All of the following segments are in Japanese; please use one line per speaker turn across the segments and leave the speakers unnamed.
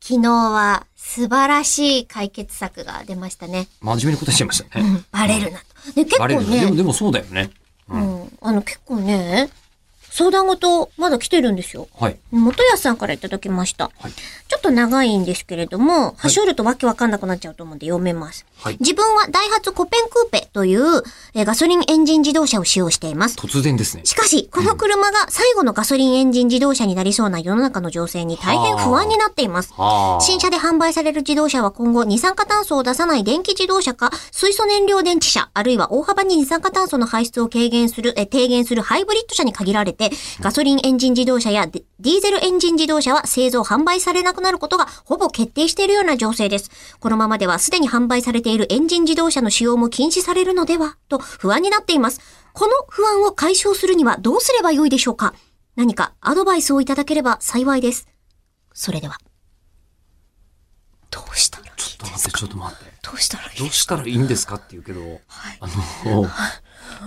昨日は素晴らしい解決策が出ましたね。
真面目に答えちゃいまし たね。
バレるなと。ね、結構
バレるね。でも、
ね、
でもそうだよね。う。
うんん、あの結構ね、相談事まだ来てるんですよ。
はい。
元康さんからいただきました。
はい。
ちょっと長いんですけれども、端折るとわけわかんなくなっちゃうと思うんで読めます。
はい。
自分はダイハツコペンクーペというえーガソリンエンジン自動車を使用しています。
突然ですね。
しかし、この車が最後のガソリンエンジン自動車になりそうな世の中の情勢に大変不安になっています。
はあ。
新車で販売される自動車は今後二酸化炭素を出さない電気自動車か水素燃料電池車あるいは大幅に二酸化炭素の排出を軽減するえ低減するハイブリッド車に限られてガソリンエンジン自動車やデディーゼルエンジン自動車は製造販売されなくなることがほぼ決定しているような情勢ですこのままではすでに販売されているエンジン自動車の使用も禁止されるのではと不安になっていますこの不安を解消するにはどうすればよいでしょうか何かアドバイスをいただければ幸いですそれではどうしたらい
ちょっ
い
と
です
待って、
か
ちょっと待って。
どうしたらいい
どうしたらいいんですかって言うけど、
はい
あ の、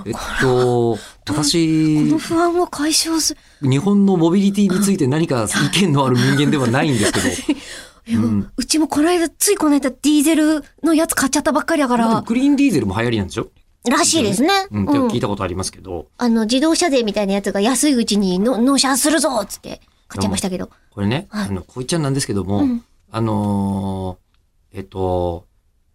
えっと、私、
この不安を解消する。
日本のモビリティについて何か意見のある人間ではないんですけ ど、
いや
うん
うちもこの間、ついこの間、ディーゼルのやつ買っちゃったばっかりだか
だっ
ら
て。グリーンディーゼルも流行りなんでしょ
らしいですね。
うん、って
うん
聞いたことありますけど、
あの、自動車税みたいなやつが安いうちにの納車するぞっつって買っちゃいましたけど。
これね、
はい
あの、こいちゃんなんですけども、
うん
あのーえっと、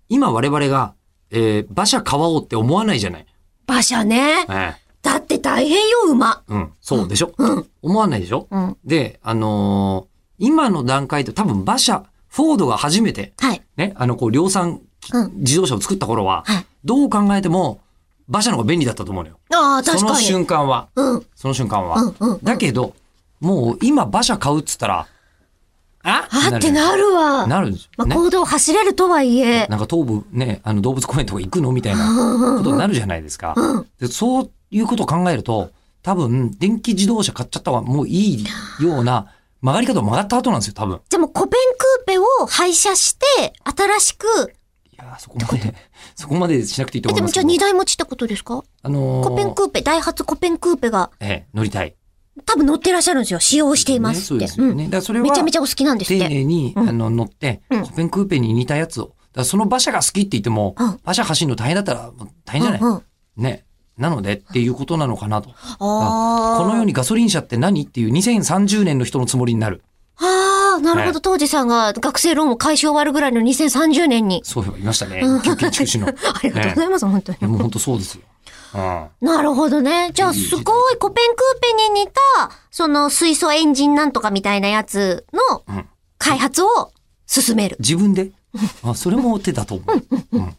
今我々が、えー馬車買おうって思わないじゃない。
馬車ね。
ええ
だって大変よ、馬。
うん、そうでしょ、思わないでしょ
うん。
で、あのー今の段階で多分馬車、フォードが初めて、
はい。
ね、あの、こう、量産
うん
自動車を作った頃は、
はい
どう考えても、馬車の方が便利だったと思うのよ。
ああ、
そ
確
の
かに。
瞬間は、
うん。
その瞬間は。
うんうんうん
だけど、もう今馬車買うっつったら、あ
あってなるわ。
なるんです
ま
よ、
あ、
ね。
行動走れるとはいえ。
なんか東部ね、あの動物公園とか行くのみたいな
うんうん
ことになるじゃないですか。でそういうことを考えると、多分、電気自動車買っちゃった方がもういいような、曲がり方を曲がった後なんですよ、多分。
でも、コペンクーペを廃車して、新しく、
いやーそこま で、そこまでしなくていいと
え、
思
で
いま
も
す
じ
け
ゃあ
ど。
2台持ちってことですか
あのー
コペンクーペ、ダイハツコペンクーペが
ええ、乗りたい。
多分乗ってらっしゃるんですよ。使用しています
そう
って。
ですよね。そうですよねだからそれ
うん
は、
めちゃめちゃお好きなんですっ
丁
て。
寧に、
うん
あの、乗って、
うん
コペンクーペに似たやつを。だからその馬車が好きって言っても、
うん
馬車走るの大変だったら、もう大変じゃない、
うんうん
ね。なのでっていうことなのかなと。
ああ。
このようにガソリン車って何っていう2030年の人のつもりになる。
ああ、なるほど。当時さんが学生ローンを解消終わるぐらいの2030年に。
そういえばいましたね。休憩中止の。い
ありがとうございます、本当
や
に。
もう本当そうですよ。うん。
なるほどね。じゃあ、すごいコペンクーペに似た、その水素エンジンなんとかみたいなやつの
うん
開発を進める。
自分で。あ、それも手だと思う。うん。